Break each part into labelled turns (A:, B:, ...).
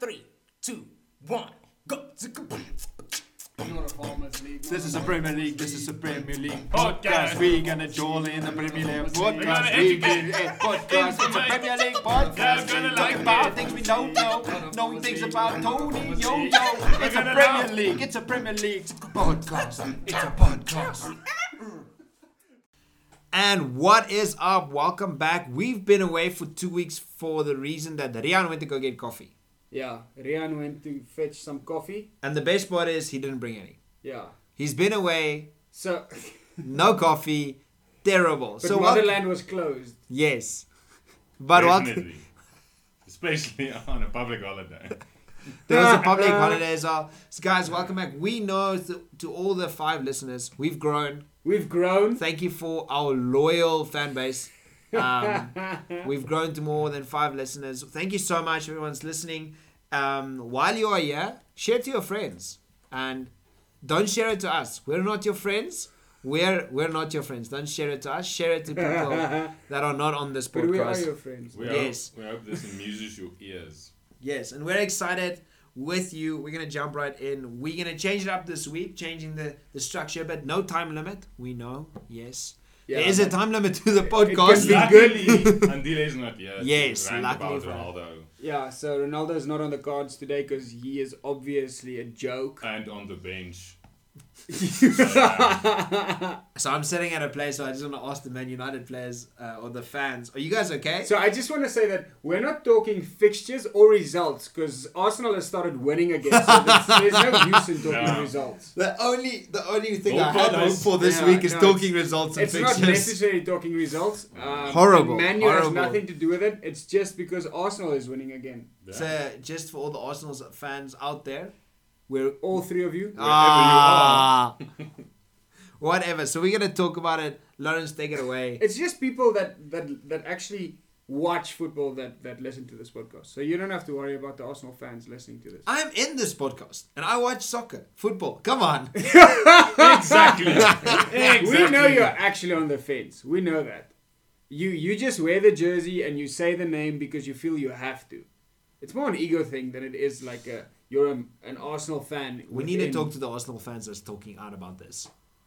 A: three, two, one, go.
B: Not a farmers league.
C: This is the Premier League, this is the Premier League
D: Podcast.
C: podcast. We gonna join in the Premier League podcast.
D: gonna
C: We
D: educate-
C: get a podcast. It's a Premier League podcast.
D: We're gonna
C: Talking
D: like
C: about
D: it.
C: things we don't know, knowing things about Tony Yo Yo. It's a
D: gonna
C: Premier
D: know.
C: League, it's a Premier League podcast. It's a podcast.
A: And what is up? Welcome back. We've been away for two weeks for the reason that Rian went to go get coffee.
B: Yeah, Rian went to fetch some coffee.
A: And the best part is he didn't bring any.
B: Yeah.
A: He's been away,
B: So,
A: no coffee, terrible.
B: but
A: so wel-
B: Motherland was closed.
A: yes, but welcome.
D: Definitely. Especially on a public holiday.
A: There was a public holiday as well. So guys, welcome back. We know th- to all the five listeners, we've grown.
B: We've grown.
A: Thank you for our loyal fan base. Um, we've grown to more than five listeners. Thank you so much, everyone's listening. Um, while you are here, share it to your friends and don't share it to us. We're not your friends. We're we're not your friends. Don't share it to us. Share it to people that are not on this
B: But we are
A: podcast.
B: your friends.
D: We
A: Yes.
D: hope, we hope this amuses your ears.
A: Yes, and we're excited with you. We're gonna jump right in. We're gonna change it up this week, changing the, the structure, but no time limit. We know, yes.
B: Yeah.
A: there is a time limit to the
B: It's
A: podcast.
B: been
D: Luckily, Andile is not here. to
A: Yes,
D: rant
A: luckily
D: about
A: for us.
D: Ronaldo
B: Yeah, so Ronaldo's not on the cards today because he is obviously a joke.
D: and on the bench.
A: So I'm sitting at a place. So I just want to ask the Man United players uh, or the fans, are you guys okay?
B: So I just want to say that we're not talking fixtures or results because Arsenal has started winning again. So there's, there's no use in talking
D: No.
B: results.
A: the only the only thing
D: Hope
A: I had
D: for
A: hope
D: this.
A: for this
B: Yeah,
A: week is
B: no,
A: talking results and
B: It's not
A: fixtures.
B: necessarily talking results. Um,
A: Horrible,
B: Manu has
A: horrible.
B: nothing to do with it. It's just because Arsenal is winning again.
D: Yeah.
A: So just for all the Arsenal's fans out there, we're
B: All three of you.
A: ah whatever. So we're gonna talk about it. Lawrence, take it away.
B: It's just people that that that actually watch football that that listen to this podcast. So you don't have to worry about the Arsenal fans listening to this.
A: I'm in this podcast and I watch soccer, football. Come on.
D: exactly. exactly.
B: We know you're actually on the fence. We know that. You you just wear the jersey and you say the name because you feel you have to. It's more an ego thing than it is like a you're a, an Arsenal fan.
A: We need to
B: within-
A: talk to the Arsenal fans that's talking out about this.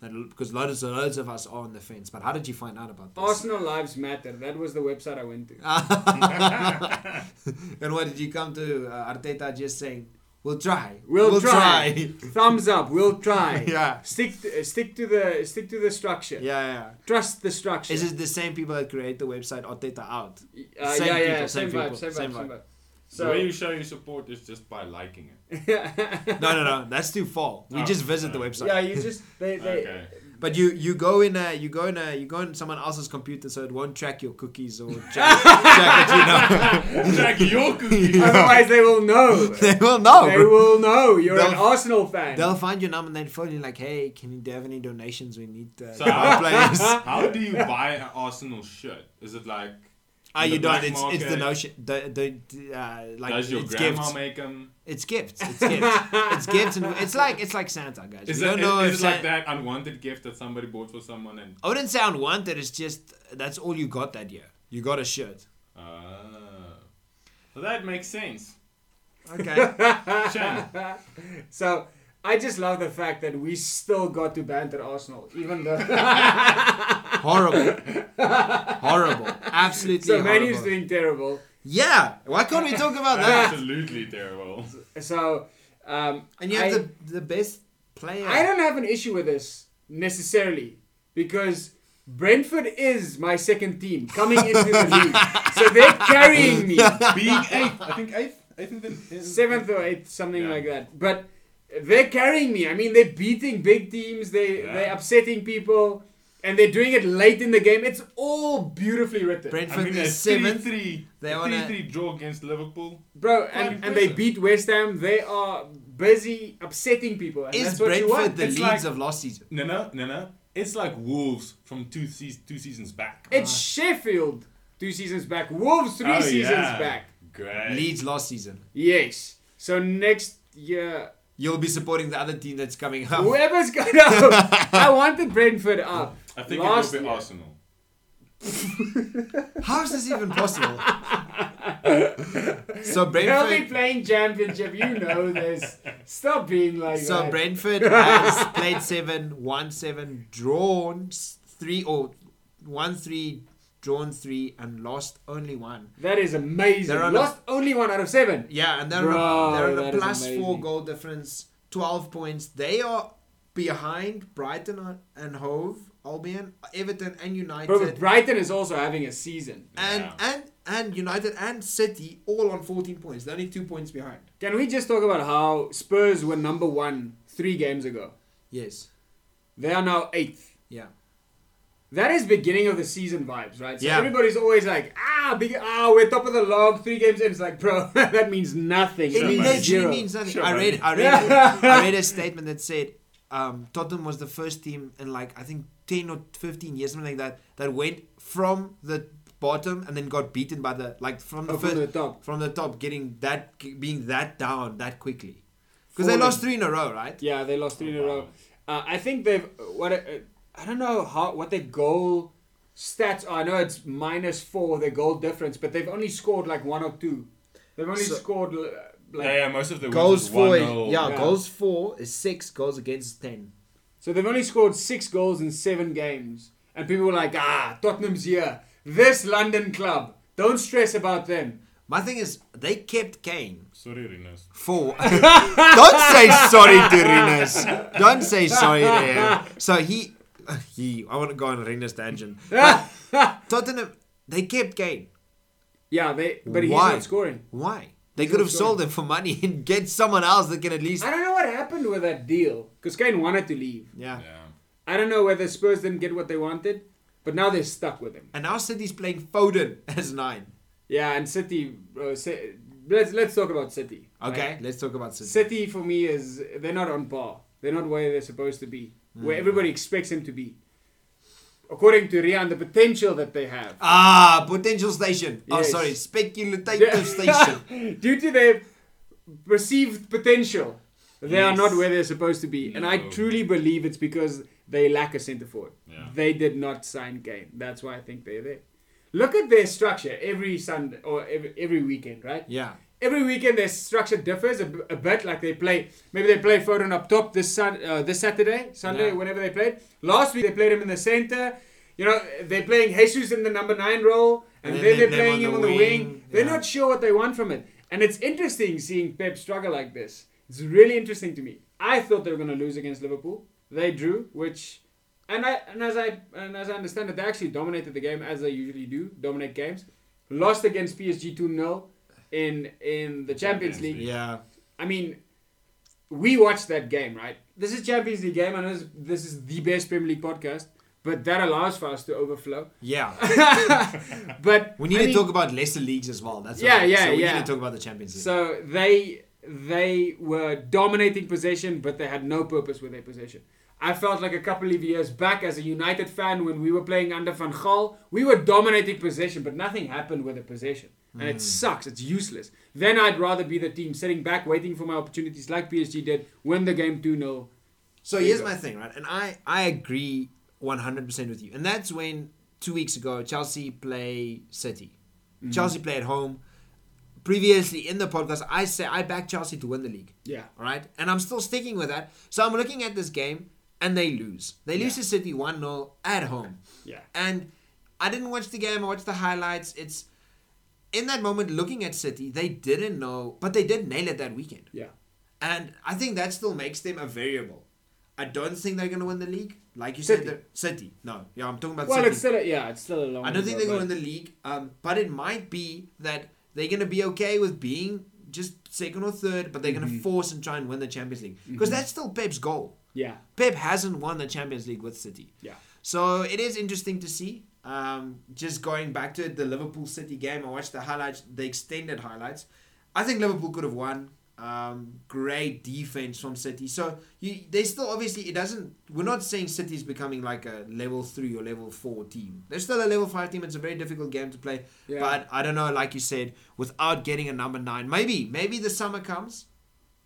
A: That- Because loads, loads of us are on the fence. But how did you find out about this?
B: Arsenal lives matter. That was the website I went to.
A: And what did you come to uh, Arteta just saying, we'll try.
B: We'll, try. Thumbs up. We'll try.
A: Yeah.
B: Stick to, uh, stick to the stick to the structure.
A: yeah, yeah, yeah.
B: Trust the structure.
A: Is it the same people that create the website Arteta out?
B: Uh,
A: Same
B: yeah, yeah,
A: people,
B: same,
A: same
B: vibe,
A: people,
B: same vibe,
A: same
B: same
A: vibe.
B: vibe.
D: The way
B: So,
D: you show your support is just by liking it.
A: No, no, no. That's too far. We
D: Oh,
A: just visit the
D: uh,
A: website.
B: yeah, you just they they
D: Okay.
A: But you you go in a you go in a you go in someone else's computer so it won't track your cookies or track, track what you know.
D: Jack, your cookie.
B: otherwise they will know.
A: They will know.
B: they
A: bro.
B: will know you're an
A: They'll-
B: Arsenal fan.
A: They'll find your number and then phone you like, hey, can you do you have any donations? We need uh,
D: So
A: our
D: how-
A: players.
D: How do you buy an Arsenal shirt? Is it like.
A: oh,
D: in the
A: you don't.
D: black
A: It's, it's the notion.
D: market?
A: The, the, uh, like
D: Does your
A: it's
D: grandma
A: gifts.
D: make them?
A: It's gifts. It's gifts. it's gifts, and it's like it's like Santa, guys.
D: Is
A: you
D: it,
A: don't know
D: is,
A: if
D: is it like
A: San-
D: that unwanted gift that somebody bought for someone and.
A: I wouldn't say unwanted. It's just that's all you got that year. You got a shirt.
D: Ah. Well, that makes sense.
A: Okay.
D: Shame.
B: so I just love the fact that we still got to banter Arsenal, even though
A: horrible. horrible. Absolutely
B: so Manu's
A: horrible.
B: doing terrible.
A: yeah. Why can't we talk about that?
D: Absolutely terrible.
B: So um,
A: And you
B: I,
A: have the the best player.
B: I don't have an issue with this necessarily because Brentford is my second team coming into the league, so they're carrying me.
D: Being eighth, I think eighth, eighth in the in-
B: seventh or eighth, something
D: Yeah.
B: like that. But they're carrying me. I mean, they're beating big teams. They
D: Yeah.
B: they're upsetting people, and they're doing it late in the game. It's all beautifully written,
D: I
A: Brentford
D: mean, a
A: is seventh.
D: three-three,
A: They
D: a
A: wanna-
D: three-three draw against Liverpool.
B: bro.
D: Quite
B: And, and they
D: impressive.
B: beat West Ham. They are busy upsetting people, and
A: Is
B: that's what you
A: Brentford
B: want.
A: the
D: It's
A: leads
D: like-
A: of last season?
D: No, no, no, no. It's like Wolves from two seas two seasons back.
B: it's Sheffield two seasons back, Wolves three
D: Oh,
B: seasons
D: yeah.
B: back.
D: Great.
A: Leeds last season.
B: Yes. So next year,
A: You'll be supporting the other team that's coming up.
B: whoever's gonna, I wanted Brentford up.
D: I think
B: Last
D: it will be
B: year.
D: Arsenal.
A: How is this even possible? so
B: They'll be
A: Brentford,
B: playing championship. You know this. Stop being like
A: so
B: that.
A: Brentford has played seven, won seven, drawn s- three or one three, drawn three, and lost only one.
B: that is amazing.
A: They're on a-
B: Lost only one out of seven.
A: Yeah, and they're on
B: Bro,
A: a, they're on a
B: that is
A: plus four
B: amazing.
A: goal difference, twelve points. They are behind Brighton on- and Hove, Albion, Everton, and
B: Bro, but
A: United,
B: Brighton is also having a season.
A: and
D: Yeah.
A: and and United and City all on fourteen points. They're only two points behind.
B: Can we just talk about how Spurs were number one three games ago?
A: Yes.
B: They are now eighth.
A: Yeah.
B: That is beginning of the season vibes, right? So
A: Yeah.
B: everybody's always like, ah, big, ah, we're top of the log, three games in. It's like, bro, that means nothing.
A: It
B: That means
A: literally
B: zero.
A: means nothing.
D: Sure,
A: I read, I read, I read a statement that said um, Tottenham was the first team in like I think ten or fifteen years, something like that, that went from the bottom and then got beaten by the like from the
B: Oh,
A: first
B: from the top.
A: from the top, getting that being that down that quickly because they
B: Falling.
A: lost three in a row, right?
B: Yeah, they lost three in a
D: Wow.
B: row. Uh, I think they've what uh, I don't know how what their goal stats are. I know it's minus four their goal difference, but they've only scored like one or two. They've only
A: So-
B: scored uh, like
D: yeah, yeah, most of the
A: Goals for
D: one
A: yeah,
B: Yeah.
A: goals for is six, goals against is ten.
B: so they've only scored six goals in seven games, and people were like, ah, Tottenham's here. This London club. Don't stress about them.
A: My thing is they kept Kane.
D: Sorry, Rinas.
A: Four. Don't say sorry to Rinas. Don't say sorry to him. So he, he. I want to go on Rinas tangent. But Tottenham, they kept Kane.
B: Yeah, they. But he's
A: Why?
B: not scoring.
A: Why? They
B: He's
A: could
B: not
A: have sold him for money and get someone else that can at least.
B: I don't know what happened with that deal because Kane wanted to leave.
A: Yeah.
D: Yeah.
B: I don't know whether Spurs didn't get what they wanted, but now they're stuck with him.
A: And now City's playing Foden as nine.
B: Yeah, and City. Uh, Ci- let's let's talk about City.
A: Okay,
B: right?
A: let's talk about City.
B: City for me is they're not on par. They're not where they're supposed to be, where
A: Hmm.
B: everybody expects them to be. According to Rian, the potential that they have.
A: Ah, potential station. Oh,
B: Yes.
A: sorry, speculative
B: Yeah.
A: station.
B: Due to their perceived potential, they are not
D: Yes.
B: where they're supposed to be. And I
D: No.
B: truly believe it's because they lack a centre forward.
D: Yeah.
B: They did not sign Kane. That's why I think they're there. Look at their structure every Sunday or every, every weekend, right?
A: Yeah.
B: every weekend their structure differs a, b- a bit. Like they play, maybe they play Foden up top this sun, uh, this Saturday, Sunday,
A: Yeah.
B: whenever they played. Last week they played him in the center. You know, they're playing Jesus in the number nine role, and,
A: And
B: then,
A: then
B: they're
A: them
B: playing him on the wing. They're
A: yeah.
B: not sure what they want from it, and it's interesting seeing Pep struggle like this. It's really interesting to me. I thought they were going to lose against Liverpool. They drew, which. And, I, and as I and as I understand it, they actually dominated the game as they usually do, dominate games. Lost against PSG 2 0 in in the Champions
D: Champions
B: League.
A: Yeah.
B: I mean, we watched that game, right? This is Champions League game. I know this- this is the best Premier League podcast, but that allows for us to overflow.
A: Yeah.
B: But
A: We need
B: I
A: to
B: mean,
A: talk about lesser leagues as well. That's
B: Yeah,
A: what I-
B: yeah,
A: so we
B: yeah.
A: need to talk about the Champions League.
B: So they they were dominating possession, but they had no purpose with their possession. I felt like a couple of years back as a United fan when we were playing under Van Gaal, we were dominating possession, but nothing happened with the possession. And
A: Hmm.
B: it sucks. It's useless. Then I'd rather be the team sitting back, waiting for my opportunities like PSG did, win the game 2 0.
A: So
B: There you
A: here's
B: go.
A: my thing, right? And I, I agree 100% with you. And that's when two weeks ago, Chelsea play City.
B: Mm-hmm.
A: Chelsea play at home. Previously in the podcast, I say I back Chelsea to win the league.
B: Yeah.
A: All right. And I'm still sticking with that. So I'm looking at this game and they lose. They lose to City 1 0 at home.
B: Yeah.
A: And I didn't watch the game. I watched the highlights. It's in that moment looking at City, they didn't know, but they did nail it that weekend.
B: Yeah.
A: And I think that still makes them a variable. I don't think they're going to win the league. Like you
B: City.
A: said, the- City. No, yeah, I'm talking about
B: Well,
A: City.
B: it's still a, yeah, it's still a long.
A: I don't think
B: way
A: they're
B: to
A: going to
B: go,
A: win
B: but-
A: the league, um, but it might be that they're going to be okay with being just second or third, but they're going
B: Mm-hmm.
A: to force and try and win the Champions League. Because that's still Pep's goal.
B: Yeah.
A: Pep hasn't won the Champions League with City.
B: Yeah.
A: So it is interesting to see. Um, just going back to it, the Liverpool City game, I watched the highlights, the extended highlights. I think Liverpool could have won. Um, great defense from City. So you, they still obviously it doesn't. We're not saying City's becoming like a level three or level four team. They're still a level five team. It's a very difficult game to play.
B: Yeah.
A: But I don't know, like you said, without getting a number nine, maybe maybe the summer comes.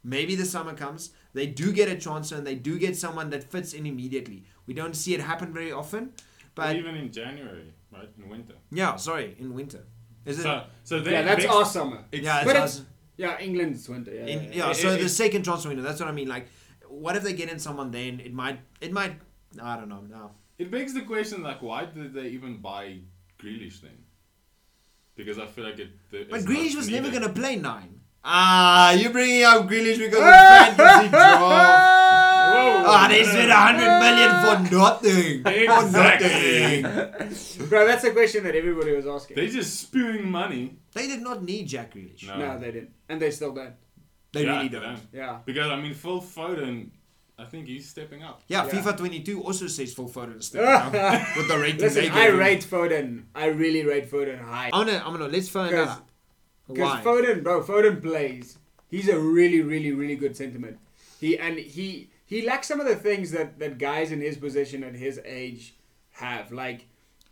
A: Maybe the summer comes, they do get a transfer and they do get someone that fits in immediately. We don't see it happen very often, but
D: even in January, right? In winter.
A: Yeah, sorry, in winter. Is it?
D: So, so they
B: Yeah, that's
D: fixed-
B: our summer.
D: it's-
A: yeah, it's
B: But
A: us-
B: Yeah, England's winter. Yeah,
A: in,
B: yeah.
A: yeah.
D: it-
A: So
D: it-
A: the
D: it-
A: second transfer window. That's what I mean. Like, what if they get in someone? Then it might. It might. I don't know. No.
D: It begs the question, like, why did they even buy Grealish then? Because I feel like it. The,
A: But
D: it's
A: Grealish
D: not
A: was never
D: needed.
A: gonna play nine. Ah, you're bringing up Grealish because of fantasy draft. Ah, they spent a hundred million for nothing. For
D: Exactly.
A: nothing.
B: Bro, that's a question that everybody was asking.
D: They're just spewing money.
A: They did not need Jack Grealish.
D: No,
B: no, they didn't, and they still don't.
A: They
D: Yeah,
A: really
D: they
A: don't.
B: Yeah.
D: Because I mean, Phil Foden, I think he's stepping up.
A: Yeah,
B: Yeah.
A: FIFA 22 also says full photo still now, with the rating they
B: Listen,
A: gave
B: I
A: him.
B: rate Foden. I really rate Foden high.
A: I'm gonna, Oh, I'm gonna let's find
B: Because-
A: out why.
B: Because Foden, bro, Foden plays. He's a really, really, really good sentiment. He and he he lacks some of the things that that guys in his position at his age have, like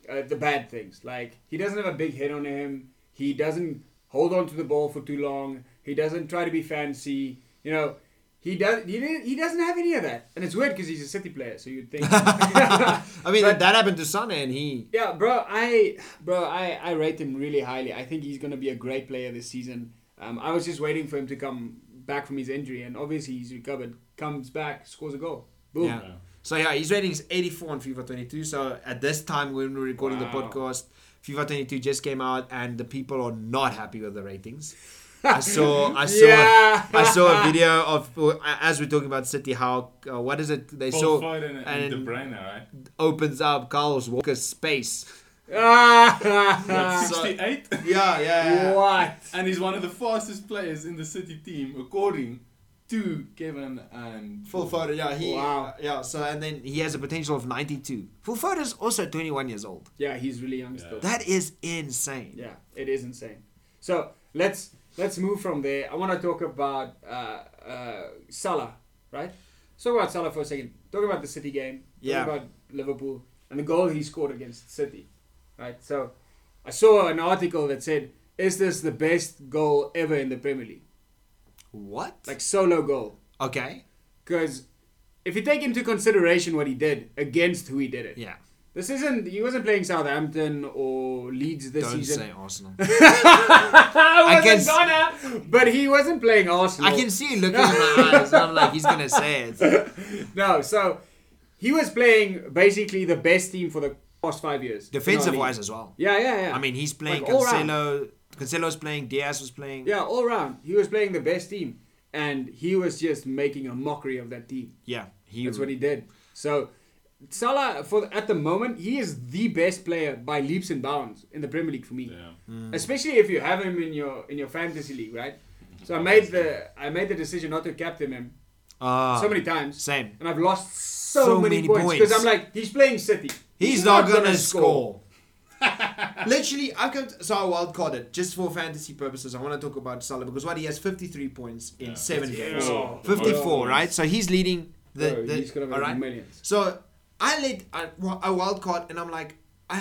B: uh, the bad things. Like he doesn't have a big hit on him. He doesn't hold on to the ball for too long. He doesn't try to be fancy. You know. He does. He, didn't, he doesn't have any of that, and it's weird because he's a City player, so you'd think.
A: I mean,
B: But-
A: that happened to Sana, and he.
B: Yeah, bro, I bro, I, I rate him really highly. I think he's gonna be a great player this season. Um, I was just waiting for him to come back from his injury, and obviously he's recovered. Comes back, scores a goal. Boom.
A: Yeah. So yeah, his rating is 84 on FIFA 22. So at this time when we're recording the
D: Wow.
A: podcast, FIFA 22 just came out, and the people are not happy with the ratings. I saw, I saw,
B: Yeah.
A: I saw a video of as we're talking about City. How uh, what is it? They
D: Phil
A: saw
D: Foden and,
A: and-
D: De Bruyne, right? video-
A: opens up Carlos Walker's space.
B: Ah,
D: That's
A: so-
D: 68,
A: Yeah,
B: what?
D: and he's one of the fastest players in the City team, according to Kevin and
A: Full photo, yeah, he,
B: Wow.
A: yeah. So and then he has a potential of ninety-two. Full photo is also twenty-one years old.
B: Yeah, he's really young still.
D: Yeah.
A: That is insane.
B: Yeah, it is insane. So let's let's move from there. I want to talk about uh, uh, Salah, right? Let's talk about Salah for a second. Talk about the City game. Talk
A: Yeah.
B: About Liverpool and the goal he scored against City, right? So I saw an article that said, "Is this the best goal ever in the Premier League?
A: What?
B: Like solo goal?"
A: okay.
B: Because if you take into consideration what he did against who he did it,
A: Yeah.
B: this isn't he wasn't playing Southampton or Leeds this
A: Don't
B: season.
A: say Arsenal.
B: I
A: I can
B: wasn't gonna, but he wasn't playing Arsenal.
A: I can see it looking in my eyes. I'm like, he's gonna say it.
B: No, so he was playing basically the best team for the past five years.
A: Defensive
B: In our league.
A: wise as well.
B: Yeah, yeah, yeah.
A: I mean, he's playing
B: Like, all round.
A: Cancelo. Cancelo's playing. Diaz was playing.
B: yeah, all round. He was playing the best team, and he was just making a mockery of that team.
A: Yeah. He.
B: That's what he did. So Salah, for at the moment, he is the best player by leaps and bounds in the Premier League for me.
D: Yeah.
A: Hmm.
B: especially if you have him in your in your fantasy league, right? So I made the I made the decision not to captain him
A: Ah,
B: so many times,
A: Same.
B: and I've lost so,
A: So
B: many,
A: many
B: points
A: points.
B: because I'm like he's playing City.
A: He's, not, gonna, score. Literally, I could so I wild carded just for fantasy purposes. I want to talk about Salah because what he has fifty three points in
D: Yeah.
A: seven games,
B: Oh,
A: fifty four,
D: yeah.
A: right? So he's leading the.
B: Bro,
A: the
B: he's gonna make
A: all right?
B: millions.
A: So I let I, well, I wild card and I'm like I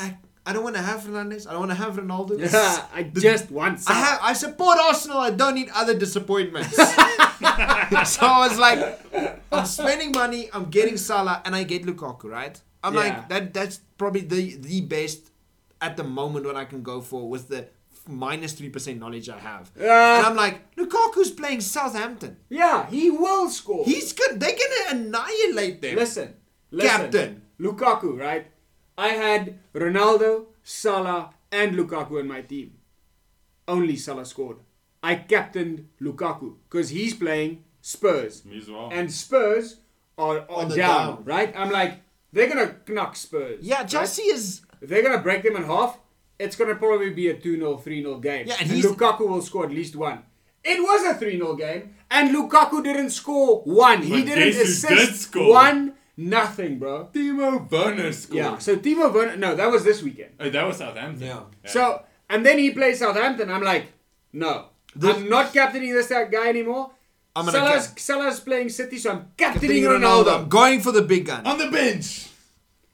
A: I don't want to have Fernandez. I don't want to have Ronaldo. This-
B: Yeah, I
A: the-
B: just want
A: I
B: Salah.
A: have I support Arsenal. I don't need other disappointments. so I was like, I'm spending money. I'm getting Salah, and I get Lukaku. Right? I'm
B: Yeah.
A: like that. That's probably the the best at the moment what I can go for with the minus three percent knowledge I have.
B: Yeah.
A: And I'm like, Lukaku's playing Southampton.
B: yeah, he will score.
A: He's good. They're gonna annihilate them.
B: listen, listen,
A: Captain.
B: Lukaku, right? I had Ronaldo, Salah, and Lukaku in my team. Only Salah scored. I captained Lukaku because he's playing Spurs.
D: Me as well.
B: and Spurs are, are
A: On
B: down,
A: the down.
B: right? I'm like, they're gonna knock Spurs.
A: yeah,
B: right?
A: Chelsea is.
B: If they're gonna break them in half, it's gonna probably be a 2 0, 3 0 game.
A: Yeah, and
B: and,
A: he's-
B: Lukaku will score at least one. It was a 3 0 game, and Lukaku didn't score one. he
D: But
B: didn't
D: Jesus did
B: assist
D: score.
B: one, nothing, bro.
D: Timo Werner scored.
B: Yeah, so Timo Werner, no, that was this weekend.
D: Oh, that was Southampton.
A: Yeah.
B: So, and then he plays Southampton. I'm like, no,
A: This-
B: I'm not captaining this guy anymore.
A: I'm gonna
B: Salah's,
A: cap-
B: Salah's playing City, so I'm captaining,
A: Captaining
B: Ronaldo.
A: I'm going for the big gun.
D: on the bench.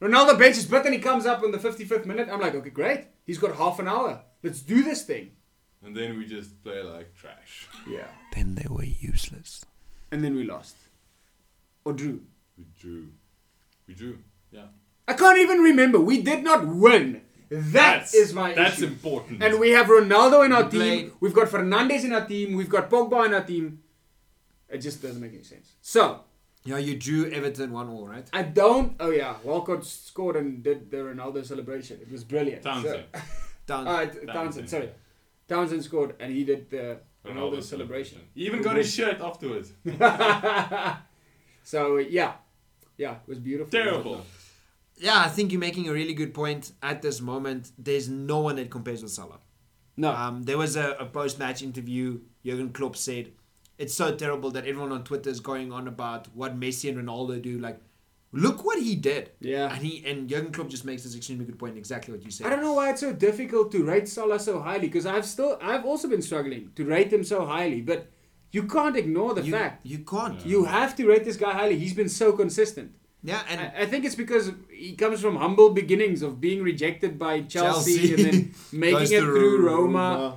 B: Ronaldo benches, but then he comes up in the 55th minute. I'm like, okay, great. He's got half an hour. Let's do this thing.
D: And then we just play like trash.
B: Yeah.
A: Then they were useless.
B: And then we lost. Or drew.
D: We drew. We drew. Yeah.
B: I can't even remember. We did not win. that's, my
D: That's
B: issue.
D: important.
B: And we have Ronaldo in our
A: He played-
B: team. We've got Fernandes in our team. We've got Pogba in our team. It just doesn't make any sense. So
A: Yeah, you drew Everton one all, right?
B: I don't. Oh yeah, Walcott scored and did the Ronaldo celebration. It was brilliant.
D: Townsend.
B: So,
A: Down.
B: uh, Townsend,
D: Townsend.
B: sorry, Townsend scored and he did the Ronaldo,
D: Ronaldo's
B: celebration.
D: He even got his shirt afterwards.
B: So yeah, yeah, it was beautiful.
D: Terrible.
A: yeah, I think you're making a really good point at this moment. There's no one that compares with Salah.
B: No,
A: Um, there was a, a post-match interview. Jurgen Klopp said, "It's so terrible that everyone on Twitter is going on about what Messi and Ronaldo do. Like, look what he did."
B: Yeah.
A: And he and Jurgen Klopp just makes this extremely good point. Exactly what you said.
B: I don't know why it's so difficult to rate Salah so highly because I've still I've also been struggling to rate him so highly, but you can't ignore the
A: You,
B: fact
A: you can't.
B: you have to rate this guy highly. He's been so consistent.
A: Yeah, and
B: I, I think it's because he comes from humble beginnings of being rejected by Chelsea,
A: Chelsea.
B: and then
A: Goes
B: making it
A: to
B: through Roma,
A: Roma.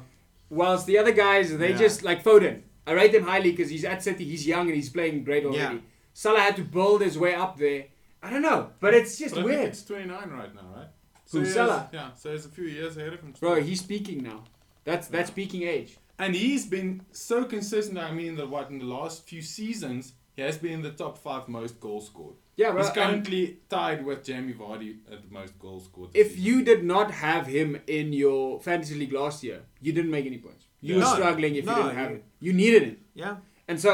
B: whilst the other guys they
A: Yeah.
B: just like Foden. I rate him highly because he's at City, he's young and he's playing great already.
A: Yeah.
B: Salah had to build his way up there. I don't know, but it's just
D: But I think
B: weird,
D: It's 29 right now, right?
B: Who,
D: he has-
B: Salah?
D: Yeah, so he's a few years ahead of him.
B: bro. He's peaking now. That's that's peaking age.
D: And he's been so consistent. I mean, that what in the last few seasons, he has been in the top five most goals scored.
B: Yeah, bro.
D: He's
B: and
D: currently tied with Jamie Vardy at the most goals scored. this
B: if
D: season.
B: you did not have him in your fantasy league last year, you didn't make any points. You were
A: No.
B: struggling if
A: No,
B: you didn't have
A: you-
B: him. You needed him.
A: yeah,
B: And so,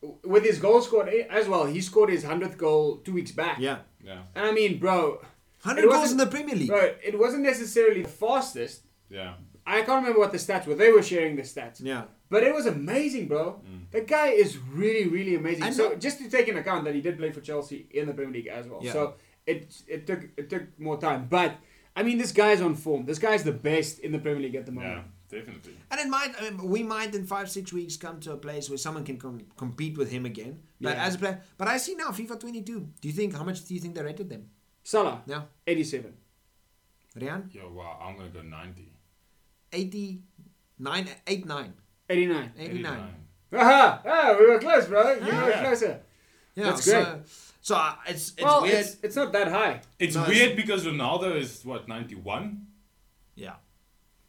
B: w- with his goal scored eh, as well, he scored his 100th goal two weeks back.
A: yeah.
D: yeah,
B: And I mean, bro, It
A: Hundred goals in
B: wasn't-
A: the Premier League.
B: bro, it wasn't necessarily the fastest.
D: yeah,
B: I can't remember what the stats were. They were sharing the stats.
A: Yeah.
B: But it was amazing, bro. That guy is really, really amazing.
A: And
B: so
A: look-
B: just to take into account that he did play for Chelsea in the Premier League as well.
A: Yeah.
B: So it it took it took more time. But I mean, this guy's on form. This guy's the best in the Premier League at the
D: yeah,
B: moment.
D: definitely.
A: And it might, I mean, we might in five, six weeks come to a place where someone can com- compete with him again. But
B: Yeah.
A: as a player, but I see now FIFA 22. Do you think how much do you think they rated them?
B: Salah,
A: Yeah,
B: 87.
A: Rian,
D: Yo, wow, I'm gonna go 90.
A: 89, 89,
B: 89.
A: 89.
B: Aha! Ah, we were close, bro. You were
D: Yeah.
B: closer.
A: Yeah,
B: That's
A: so, so I- it's it's
B: well,
A: weird.
B: it's, it's not that high.
D: It's
A: No, it's-
D: weird because Ronaldo is what 91.
A: yeah,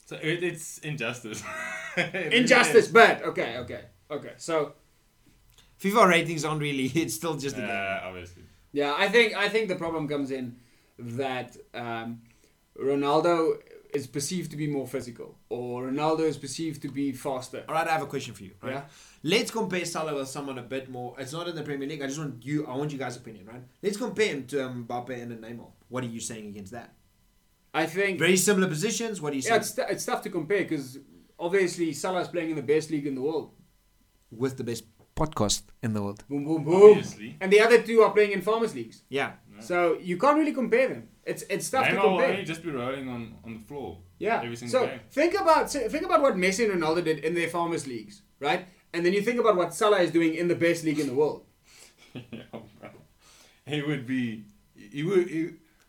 D: So it, it's injustice. It really
B: Injustice,
D: is.
B: but okay, okay, okay. So
A: FIFA ratings aren't really. It's still just a game.
D: Yeah, obviously.
B: yeah, I think I think the problem comes in that um, Ronaldo is perceived to be more physical, or Ronaldo is perceived to be faster.
A: All right, I have a question for you. Right?
B: Yeah.
A: Let's compare Salah with someone a bit more. It's not in the Premier League. I just want you. I want you guys' opinion, right? Let's compare him to um, Mbappe and Neymar. What are you saying against that?
B: I think
A: Very similar positions. What are you
B: yeah,
A: saying
B: it's, it's tough to compare because obviously Salah's playing in the best league in the world.
A: with the best podcast in the world?
B: Boom, boom, boom.
D: Obviously.
B: And the other two are playing in farmers leagues,
A: Yeah,
B: so you can't really compare them. It's it's tough to
D: Neymar will
B: compare.
D: only just be rolling on, on the floor.
B: Yeah.
D: Every single
B: so
D: game.
B: think about so think about what Messi and Ronaldo did in their farmers leagues, right? And then you think about what Salah is doing in the best league in the world.
D: yeah, Oh, bro. He would be. He would. He,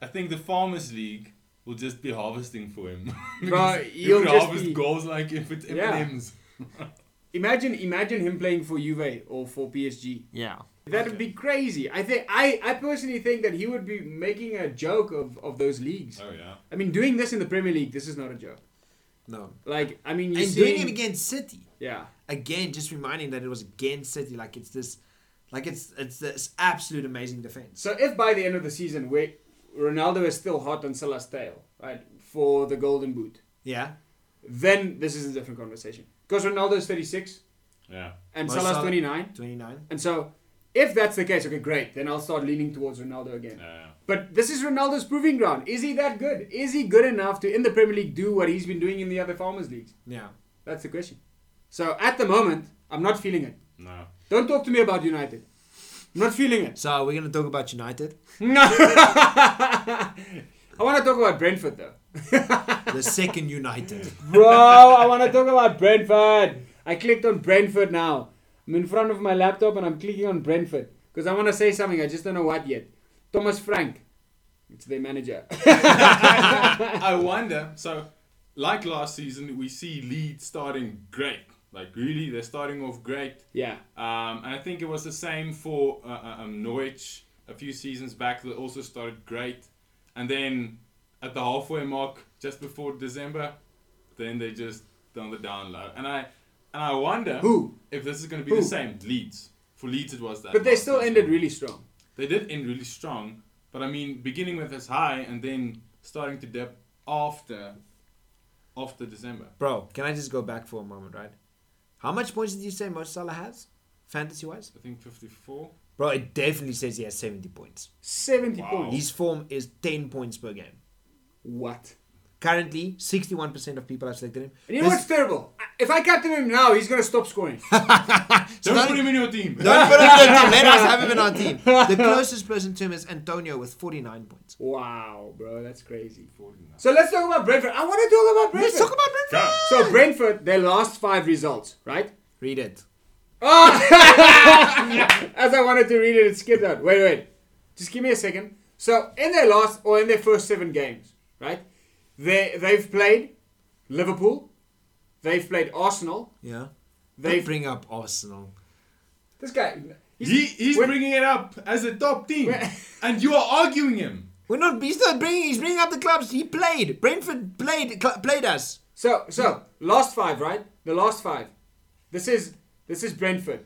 D: I think the farmers league will just be harvesting for him. Because he
B: you'll
D: would
B: just
D: harvest
B: be-
D: goals like if it's
B: Yeah.
D: M&Ms.
B: Imagine imagine him playing for Juve or for PSG.
A: yeah.
B: That would be crazy. I think I, I personally think that he would be making a joke of, of those leagues.
D: Oh yeah.
B: I mean, doing this in the Premier League, this is not a joke.
A: No,
B: Like I mean, you
A: and
B: see,
A: doing it against City.
B: yeah,
A: again just reminding that it was against City. Like it's this, like it's it's this absolute amazing defense.
B: So if by the end of the season, we Ronaldo is still hot on Salah's tail, right, for the Golden Boot,
A: Yeah,
B: then this is a different conversation. Because Ronaldo is 36
D: Yeah.
B: and
A: Mo
B: Salah's
A: Salah-
B: 29.
A: twenty nine.
B: And so if that's the case, okay, great. Then I'll start leaning towards Ronaldo again.
D: Yeah.
B: But this is Ronaldo's proving ground. Is he that good? Is he good enough to, in the Premier League, do what he's been doing in the other Farmers Leagues?
A: Yeah,
B: That's the question. So at the moment, I'm not feeling it.
D: No.
B: Don't talk to me about United. I'm not feeling it.
A: so we're gonna talk about United,
B: No. I want to talk about Brentford, though.
A: the second United.
B: Bro, I want to talk about Brentford. I clicked on Brentford now. I'm in front of my laptop and I'm clicking on Brentford because I want to say something. I just don't know what yet. Thomas Frank, it's their manager.
D: I wonder. So, like last season, we see Leeds starting great. Like really, they're starting off great.
B: yeah.
D: Um, and I think it was the same for uh, uh, um, Norwich a few seasons back. They also started great, and then at the halfway mark, just before December, then they just done the down low. And I and I wonder
B: Who?
D: if this is going to be
B: Who?
D: the same. Leeds for Leeds it was that.
B: But they
D: last
B: still
D: season.
B: ended really strong.
D: They did end really strong, but I mean, beginning with as high and then starting to dip after after December.
A: Bro, can I just go back for a moment, right? How much points did you say Mo Salah has, fantasy wise?
D: I think 54.
A: Bro, it definitely says he has 70 points.
B: 70
D: Wow.
B: points.
A: His form is 10 points per game.
B: What?
A: Currently, 61% of people have selected him.
B: And you know
A: This-
B: what's terrible? If I captain him now, he's going to stop scoring.
D: Don't
A: Don't-
D: put him in your team.
A: Don't put him in our team. Let us have him in our team. The closest person to him is Antonio with 49 points.
B: wow, bro, that's crazy.
D: 49.
B: So let's talk about Brentford. I want to talk about Brentford.
A: Let's talk about Brentford.
D: Come.
B: so Brentford, their last five results, right?
A: Read it.
B: As I wanted to read it, it skipped out. Wait, wait. Just give me a second. So in their last or in their first seven games, right? They they've played Liverpool, they've played Arsenal.
A: Yeah. They
B: They've
A: bring up Arsenal.
B: this guy. He's,
D: He, he's
B: when-
D: bringing it up as a top team,
B: When-
D: and you are arguing him.
A: We're not. He's not bringing. He's bringing up the clubs. He played. Brentford played. Cl- played us.
B: So so last five, right? The last five. This is this is Brentford.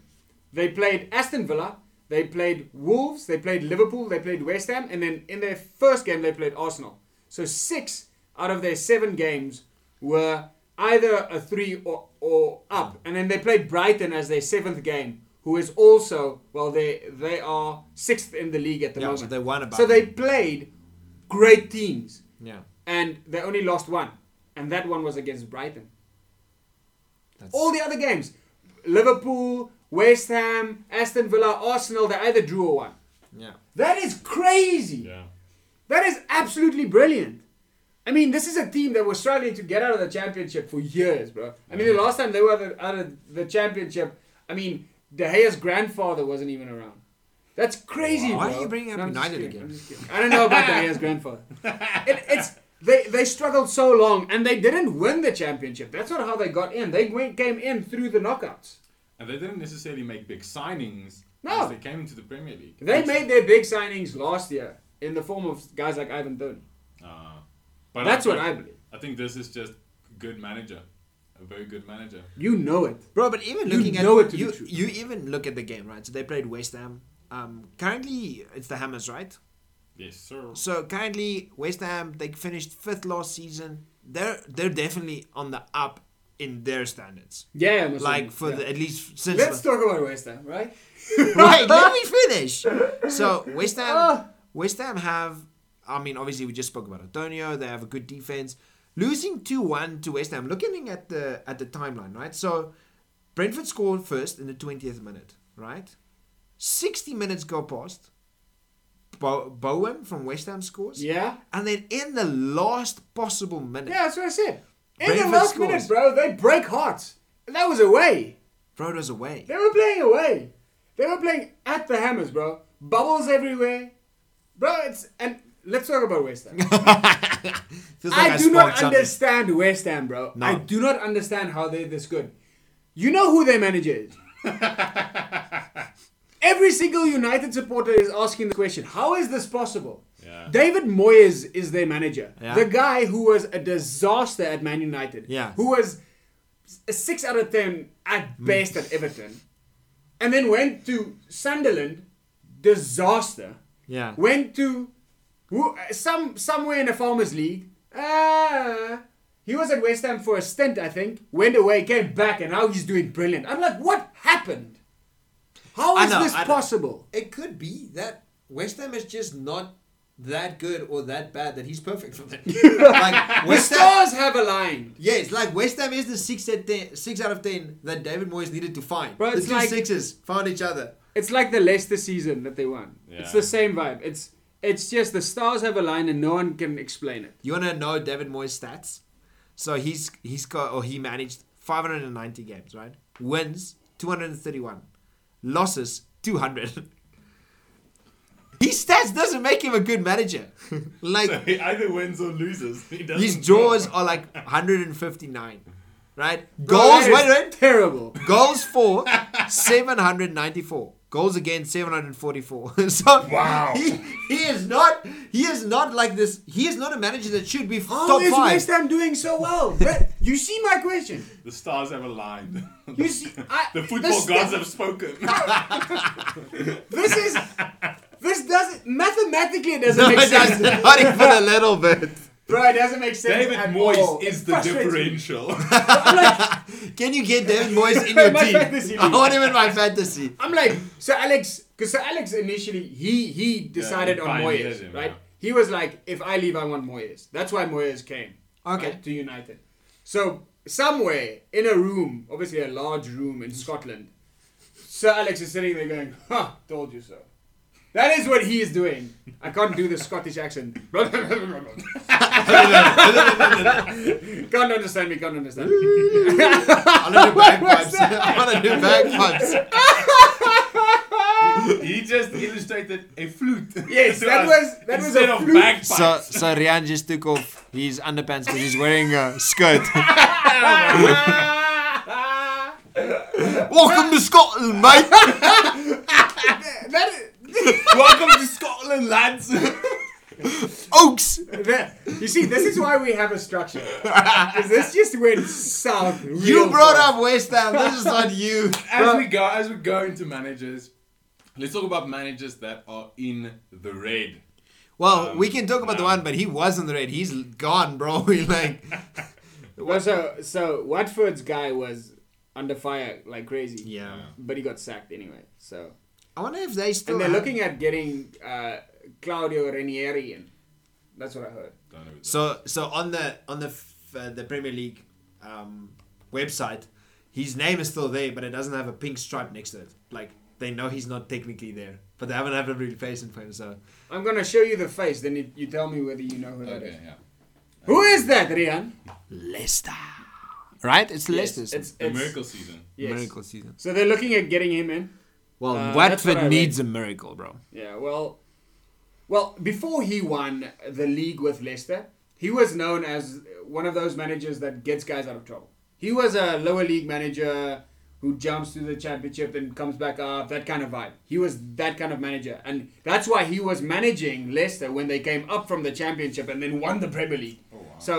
B: They played Aston Villa, they played Wolves, they played Liverpool, they played West Ham, and then in their first game they played Arsenal. So six out of their seven games were either a three or, or up. And then they played Brighton as their seventh game, who is also well they they are sixth in the league at the
A: Yeah,
B: moment.
A: so they won about
B: So they
A: them.
B: played great teams
A: Yeah.
B: and they only lost one, and that one was against Brighton.
A: That's,
B: All the other games, Liverpool, West Ham, Aston Villa, Arsenal, they either drew or won.
A: yeah.
B: That is crazy.
D: Yeah.
B: That is absolutely brilliant. I mean, this is a team that was struggling to get out of the championship for years, bro. I mean, the
A: Mm-hmm.
B: last time they were the, out of the championship, I mean, De Gea's grandfather wasn't even around. That's crazy,
A: Why
B: bro.
A: are you bringing up
B: I'm just
A: United
B: kidding,
A: again?
B: I'm just kidding. I don't know about De Gea's grandfather. It, it's they they struggled so long and they didn't win the championship. That's not how they got in. They went, came in through the knockouts.
D: And they didn't necessarily make big signings
B: No.
D: as they came into the Premier League.
B: They made their big signings last year in the form of guys like Ivan Tony.
D: Uh, but
B: That's what I
D: think-
B: believe.
D: I think this is just good manager, a very good manager.
B: You know it.
A: Bro, but even
B: You
A: looking
B: know
A: at
B: it to be
A: you,
B: true.
A: you even look at the game, right? So they played West Ham. Um, currently, it's the Hammers, right?
D: Yes, sir.
A: So currently, West Ham they finished fifth last season. They're they're definitely on the up in their standards.
B: Yeah, most
A: Like
B: certainly.
A: for
B: Yeah.
A: the, at least since
B: Let's
A: the,
B: talk about West Ham, right?
A: Wait, let me finish. So West Ham,
B: Ah.
A: West Ham have. I mean, obviously we just spoke about Antonio. They have a good defense. Losing two one to West Ham. Looking at the at the timeline, right? So Brentford scored first in the twentieth minute, right? Sixty minutes go past. Bo- Bowen from West Ham scores.
B: Yeah.
A: And then in the last possible minute,
B: Yeah, that's what I said. In
A: Brentford
B: the last
A: scores.
B: minute, bro, they break hearts. That was away.
A: Brodo's away.
B: They were playing away. They were playing at the Hammers, bro. Bubbles everywhere, bro. It's and let's talk about West Ham.
A: Feels
B: I, do not
A: sparked something.
B: understand West Ham, bro.
A: No.
B: I do not understand how they're this good. You know who their manager is. Every single United supporter is asking the question: How is this possible?
D: Yeah.
B: David Moyes is their manager.
A: Yeah.
B: The guy who was a disaster at Man United.
A: Yeah. Hmm.
B: Who was a six out of ten at best at Everton, and then went to Sunderland, disaster.
A: Yeah.
B: Went to who, some somewhere in the Farmers League. Ah, he was at West Ham for a stint, I think. Went away, came back, and now he's doing brilliant. I'm like, what happened? How
A: I
B: is
A: know,
B: this
A: I know.
B: possible?
A: It could be that West Ham is just not that good or that bad that he's perfect for them. like
B: The
A: West Ham,
B: stars have aligned.
A: yes, like West Ham is the six at ten, six out of ten that David Moyes needed to find.
B: Bro,
A: the
B: it's
A: two
B: like-
A: sixes found each other.
B: It's like the Leicester season that they won. It's
D: Yeah.
B: the same vibe. It's it's just the stars have aligned and no one can explain it.
A: You wanna know David Moyes' stats? So he's he's got or he managed 590 games, right? Wins 231, losses 200. His stats doesn't make him a good manager. like
D: So he either wins or loses. He doesn't
A: His draws
D: know.
A: are like 159, right?
B: Bro,
A: goals,
B: that is
A: wait, wait.
B: Terrible.
A: Goals for 794. Goals against 744. so
D: Wow.
A: he, he is not he is not like this. He is not a manager that should be f-
B: How
A: top
B: is
A: five.
B: West Ham doing so well? Brett, you see my question.
D: The stars have aligned.
B: You see, I,
D: the football
B: this-
D: gods have spoken.
B: This is this doesn't mathematically it doesn't
A: No,
B: make
A: it
B: sense.
A: does not even a little bit.
B: Bro, it doesn't make sense.
D: David
B: at
D: Moyes
B: all.
D: is
B: It
D: the
B: frustrates me.
D: differential.
B: I'm like,
A: Can you get David Moyes in your
B: My
A: team?
B: fantasy
A: I
B: league.
A: want him in my fantasy.
B: I'm like, so Alex, because so Alex initially he he decided on
D: pioneered
B: Moyes,
D: him,
B: right?
D: yeah.
B: He was like, if I leave, I want Moyes. That's why Moyes came.
A: Okay.
B: right, to United. So somewhere in a room, obviously a large room in Scotland, Sir Alex is sitting there going, "Huh, told you so." That is what he is doing. I can't do the Scottish accent. can't understand me. Can't understand me.
A: I want to do bagpipes. I want to do bagpipes.
D: he just illustrated a flute.
B: Yes,
D: to
B: that
D: us
B: was- that was a
D: instead of
B: flute.
D: bagpipes.
A: So, so Rian just took off his underpants because he's wearing a skirt. Welcome to Scotland, mate.
B: that is.
D: Welcome to Scotland, lads.
A: Oaks.
B: That, you see, this is why we have a structure. 'Cause this just went south.
A: You brought up West Ham. This is not you.
D: as we go, as we go into managers, let's talk about managers that are in the red.
A: Well,
D: Um,
A: we can talk about the
D: no.
A: one, but he was in the red. He's gone, bro. We like
B: Well, so, so Watford's guy was under fire like crazy.
A: Yeah.
B: But he got sacked anyway. So
A: I wonder if they still.
B: and they're
A: have-
B: looking at getting uh, Claudio Ranieri in. That's what I heard.
D: Don't know who that
A: So so on the on the f- uh, the Premier League um, website, his name is still there, but it doesn't have a pink stripe next to it. Like they know he's not technically there, but they haven't had a replacement for him. So
B: I'm gonna show you the face, then you, you tell me whether you know who
D: is.
B: that is.
D: Okay, yeah.
B: Who is that, Rian?
A: Leicester, right? It's Leicester's
B: It's,
D: The
B: it's,
D: miracle season.
B: yes.
A: miracle season.
B: So they're looking at getting him in.
A: Well,
B: Uh, that's what I
A: Watford
B: read.
A: needs a miracle, bro.
B: Yeah, well, well, before he won the league with Leicester, he was known as one of those managers that gets guys out of trouble. He was a lower league manager who jumps to the championship and comes back up, that kind of vibe. He was that kind of manager, and that's why he was managing Leicester when they came up from the championship and then won the Premier League.
D: Oh,
B: So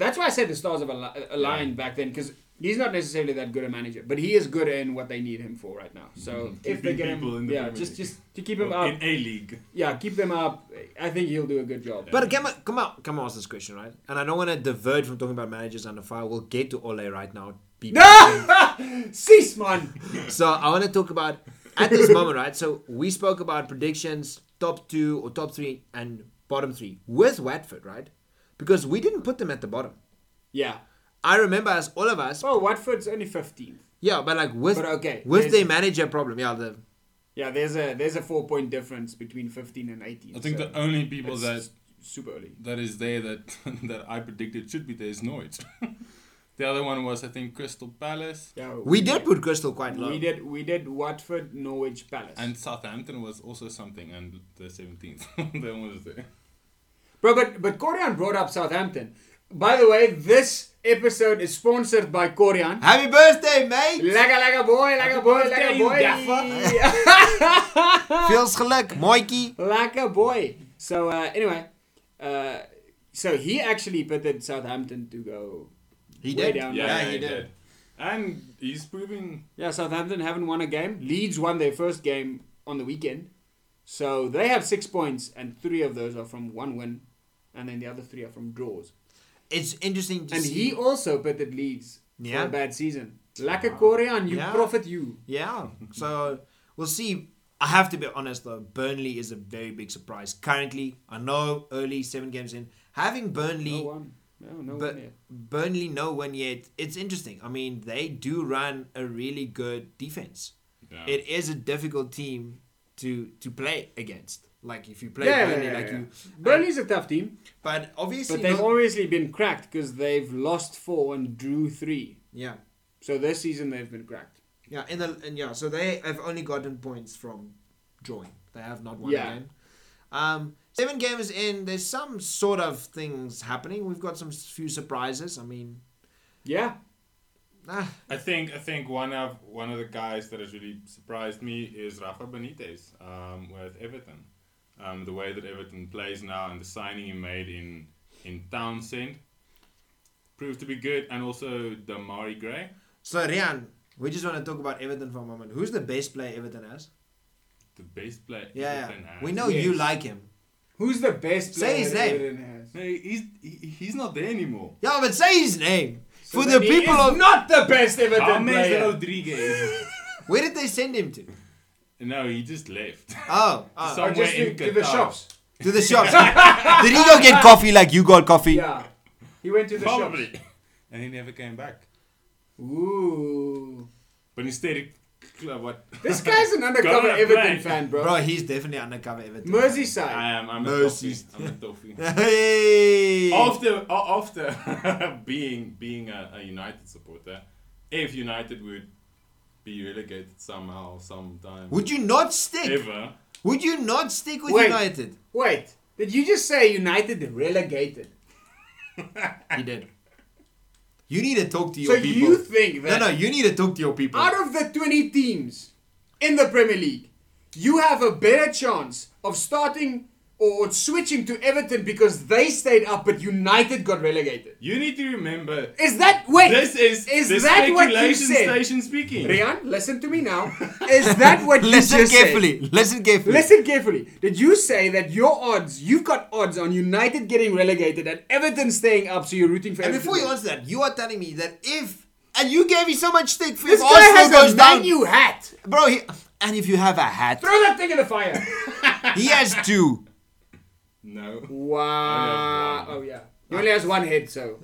B: that's why I said the stars have al- aligned back then because. He's not necessarily that good a manager, but he is good in what they need him for right now. So if they
D: Mm-hmm. Keeping
B: get him,
D: people in the
B: yeah,
D: Premier
B: just
D: League.
B: just to keep him
A: uh,
D: Well,
B: up,
D: in A League.
B: yeah, keep them up. I think he'll do a good job.
A: But come on, come on, come on, ask this question, right? And I don't want to divert from talking about managers under fire. We'll get to Ole right now. people.
B: cease, man.
A: So I want to talk about at this moment, right? So we spoke about predictions, top two or top three, and bottom three with Watford, right? Because we didn't put them at the bottom.
B: Yeah.
A: I remember us, all of us,
B: Oh, Watford's only 15th.
A: yeah, but like with
B: But okay,
A: with
B: there's-
A: the manager problem, yeah, the
B: Yeah, there's a there's a four point difference between 15 and 18.
D: I think
B: so
D: the only people
B: it's
D: that
B: super early.
D: that is there that that I predicted should be there is Norwich. the other one was I think Crystal Palace
B: Yeah,
A: we did put Crystal quite low.
B: We did we did Watford, Norwich, Palace.
D: and Southampton was also something and the seventeenth. that one was there.
B: Bro, but but Corian brought up Southampton. By the way, this episode is sponsored by Corian.
A: Happy birthday, mate!
B: Laga laga boy, laga boy,
D: birthday,
B: laga
D: you
B: boy.
A: Feels geluk, Moiki.
B: like a boy. So uh, anyway, uh, so he actually pitted Southampton to go.
A: He
B: Way
A: did.
B: down
A: yeah,
B: there.
A: he, did.
D: And he's proving
B: Yeah, Southampton haven't won a game. Leeds won their first game on the weekend, so they have six points, and three of those are from one win, and then the other three are from draws.
A: It's interesting to
B: And
A: see.
B: he also pitted Leeds
A: Yeah.
B: for a bad season. Like a Korean, you
A: Yeah.
B: profit you.
A: Yeah. So we'll see. I have to be honest though, Burnley is a very big surprise currently. I know early seven games in. Having Burnley
B: No one. No, no
A: but
B: one yet.
A: Burnley no one yet. It's interesting. I mean, they do run a really good defense.
D: yeah.
A: It is a difficult team to to play against. Like if you play
B: Yeah,
A: Burnley
B: yeah,
A: like
B: yeah.
A: you
B: Burnley's a tough team,
A: but obviously
B: but they've
A: not-
B: obviously been cracked because they've lost four and drew three.
A: yeah.
B: So this season they've been cracked.
A: Yeah, and the and yeah, so they have only gotten points from drawing. They have not won
B: Yeah.
A: a game. Um, seven games in, there's some sort of things happening. We've got some few surprises. I mean,
B: Yeah.
A: Ah,
D: I think I think one of one of the guys that has really surprised me is Rafa Benitez um, with Everton. Um, the way that Everton plays now and the signing he made in in Townsend proved to be good, and also Damari Gray.
A: so Rian, we just want to talk about Everton for a moment. Who's the best player Everton has?
D: The best player
A: Yeah,
D: Everton
A: yeah.
D: has.
A: we know
B: Yes.
A: you like him.
B: Who's the best
A: Say
B: player
A: his
B: that
A: name.
B: Everton has?
D: No, he's he- he's not there anymore.
A: Yeah, but say his name
B: So
A: for
B: then
A: the
B: he
A: people
B: is
A: of.
B: not the best Everton
D: James
B: player.
D: Rodriguez.
A: Where did they send him to?
D: no, he just left.
A: Oh, oh,
B: Or
D: Some-
B: just
D: somewhere
B: to,
D: in
B: to the
D: Qatar.
B: shops.
A: to the shops. did he go get coffee like you got coffee?
B: Yeah, he went to the shops.
D: Probably. And he never came back.
B: Ooh,
D: But instead, he- cl- what?
B: this guy's an
D: Go
B: undercover
D: to the
B: Everton
D: plane.
B: fan, bro.
A: Bro, he's definitely undercover Everton.
D: I
B: Merseyside.
D: am. I'm a
A: Mercy.
D: toffee. I'm a toffee.
A: Hey.
B: Oh,
D: after a- after being being a, a United supporter, if United would be relegated somehow, sometime,
A: Would you not stick?
D: ever?
A: Would you not stick with
B: Wait.
A: United?
B: Wait, did you just say United relegated?
A: He did. You need to talk to
B: So
A: your people.
B: you think
A: no,
B: that
A: no, you need to talk to your people.
B: out of the 20 teams in the Premier League, you have a better chance of starting or switching to Everton because they stayed up, but United got relegated.
D: You need to remember.
B: Is that wait?
D: This is
B: is
D: the
B: that what you
D: speculation
B: said?
D: station speaking.
B: Rian, listen to me now. Is that what you
A: Listen
B: just said?
A: carefully. Listen carefully.
B: Listen carefully. Did you say that your odds, you've got odds on United getting relegated and Everton staying up, so you're rooting for
A: And
B: Everton?
A: before you answer that, you are telling me that if and you gave me so much stick for
B: This
A: if
B: guy
A: Arsenal
B: has
A: goes
B: a
A: down,
B: Man U hat.
A: bro. He, and if you have a hat,
B: Throw that thing in the fire.
A: he has two.
D: No.
B: wow.
D: I have one.
B: Oh, yeah. He only has one head, so.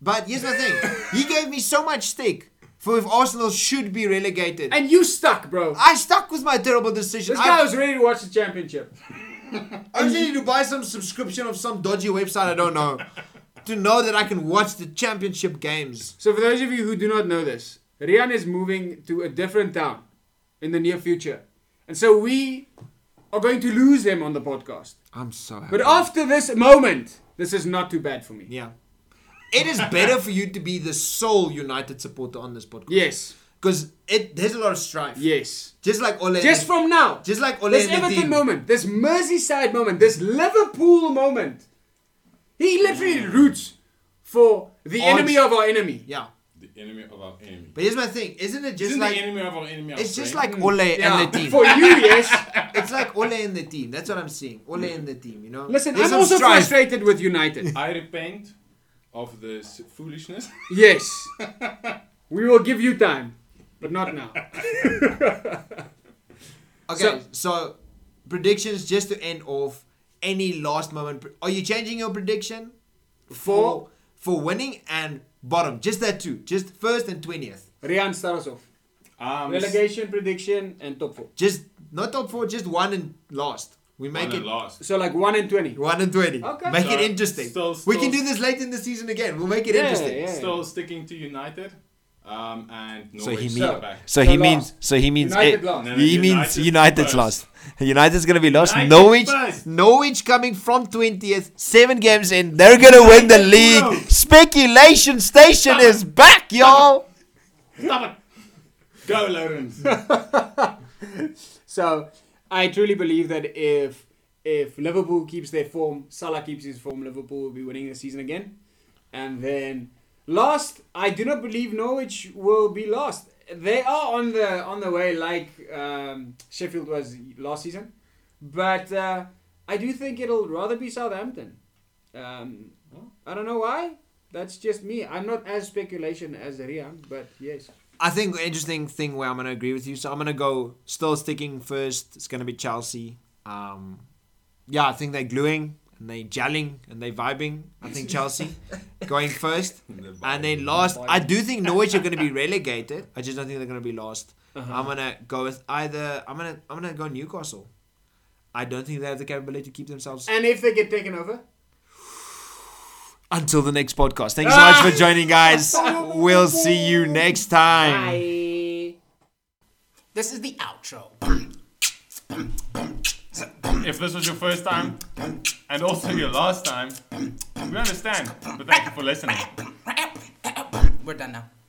A: But here's the thing: he gave me so much stick for if Arsenal should be relegated.
B: And you stuck, bro.
A: I stuck with my terrible decision.
B: This
A: I-
B: guy was ready to watch the championship.
A: I just need to buy some subscription of some dodgy website I don't know to know that I can watch the championship games.
B: So, for those of you who do not know this, Rian is moving to a different town in the near future. And so, we are going to lose him on the podcast.
A: I'm so happy.
B: But after this moment, this is not too bad for me.
A: yeah. It is better for you to be the sole United supporter on this podcast.
B: Yes.
A: Because it there's a lot of strife.
B: Yes.
A: Just like Ole.
B: Just from now.
A: just like Ole
B: this
A: and the
B: Everton
A: team.
B: moment, this Merseyside moment, this Liverpool moment. He literally roots for the
A: Odds.
B: enemy of our enemy.
A: Yeah.
D: The enemy of our enemy.
A: But here's my thing, isn't it just
D: Isn't
A: like
D: the enemy of our enemy? our
A: it's just
D: friend?
A: like Ole
B: Mm. Yeah.
A: and the team.
B: For you, yes.
A: it's like Ole and the team. That's what I'm seeing. Ole and the team, you know?
B: Listen,
A: There's
B: I'm
A: some
B: also
A: strife.
B: frustrated with United.
D: I repent of this foolishness.
B: yes. We will give you time, but not now.
A: Okay, so, predictions just to end off. Any last moment? Pre- Are you changing your prediction for for winning and bottom? Just that two, just first and twentieth.
B: Rian, start us off.
D: Um,
B: Relegation prediction and top four.
A: Just not top four, just one and last. We make
D: one
A: it
D: and last.
B: So like one and twenty.
A: one and twenty.
B: Okay.
A: Make it
D: So-
A: interesting.
D: so-
A: we can
D: so-
A: do this late in the season again. We'll make it
B: Yeah,
A: interesting.
B: yeah.
D: Still sticking to United. Um, and Norwich
E: he
D: is
B: mean-
D: back.
E: So
B: So
E: he
B: last.
E: means. So he means.
B: United
E: eh,
B: last.
D: No, no,
E: he means
D: United's
E: United's
D: first.
E: lost. United's gonna be lost.
D: United's
E: Norwich.
D: first.
A: Norwich coming from twentieth, seven games in. They're gonna win the
D: Bro.
A: league. Speculation Station is back, y'all.
D: Stop it. Go, Lawrence.
B: So I truly believe that if if Liverpool keeps their form, Salah keeps his form, Liverpool will be winning the season again. And then last, I do not believe Norwich will be lost. They are on the on the way like um, Sheffield was last season, but uh, I do think it'll rather be Southampton. Um, I don't know why. That's just me. I'm not as speculation as Rian, but yes.
A: I think the interesting thing where I'm going to agree with you. So I'm going to go still sticking first. It's going to be Chelsea. Um, yeah, I think they're gluing and they gelling and they vibing. I think Chelsea going first. And then last, I do think Norwich are going to be relegated. I just don't think they're going to be last. I'm going to go with either. I'm going to I'm going to go Newcastle. I don't think they have the capability to keep themselves
B: And if they get taken over,
A: until the next podcast. Thank you so much for joining, guys. We'll see you next time.
B: I.
C: This is the outro.
D: If this was your first time and also your last time, we understand. But thank you for listening.
C: We're done now.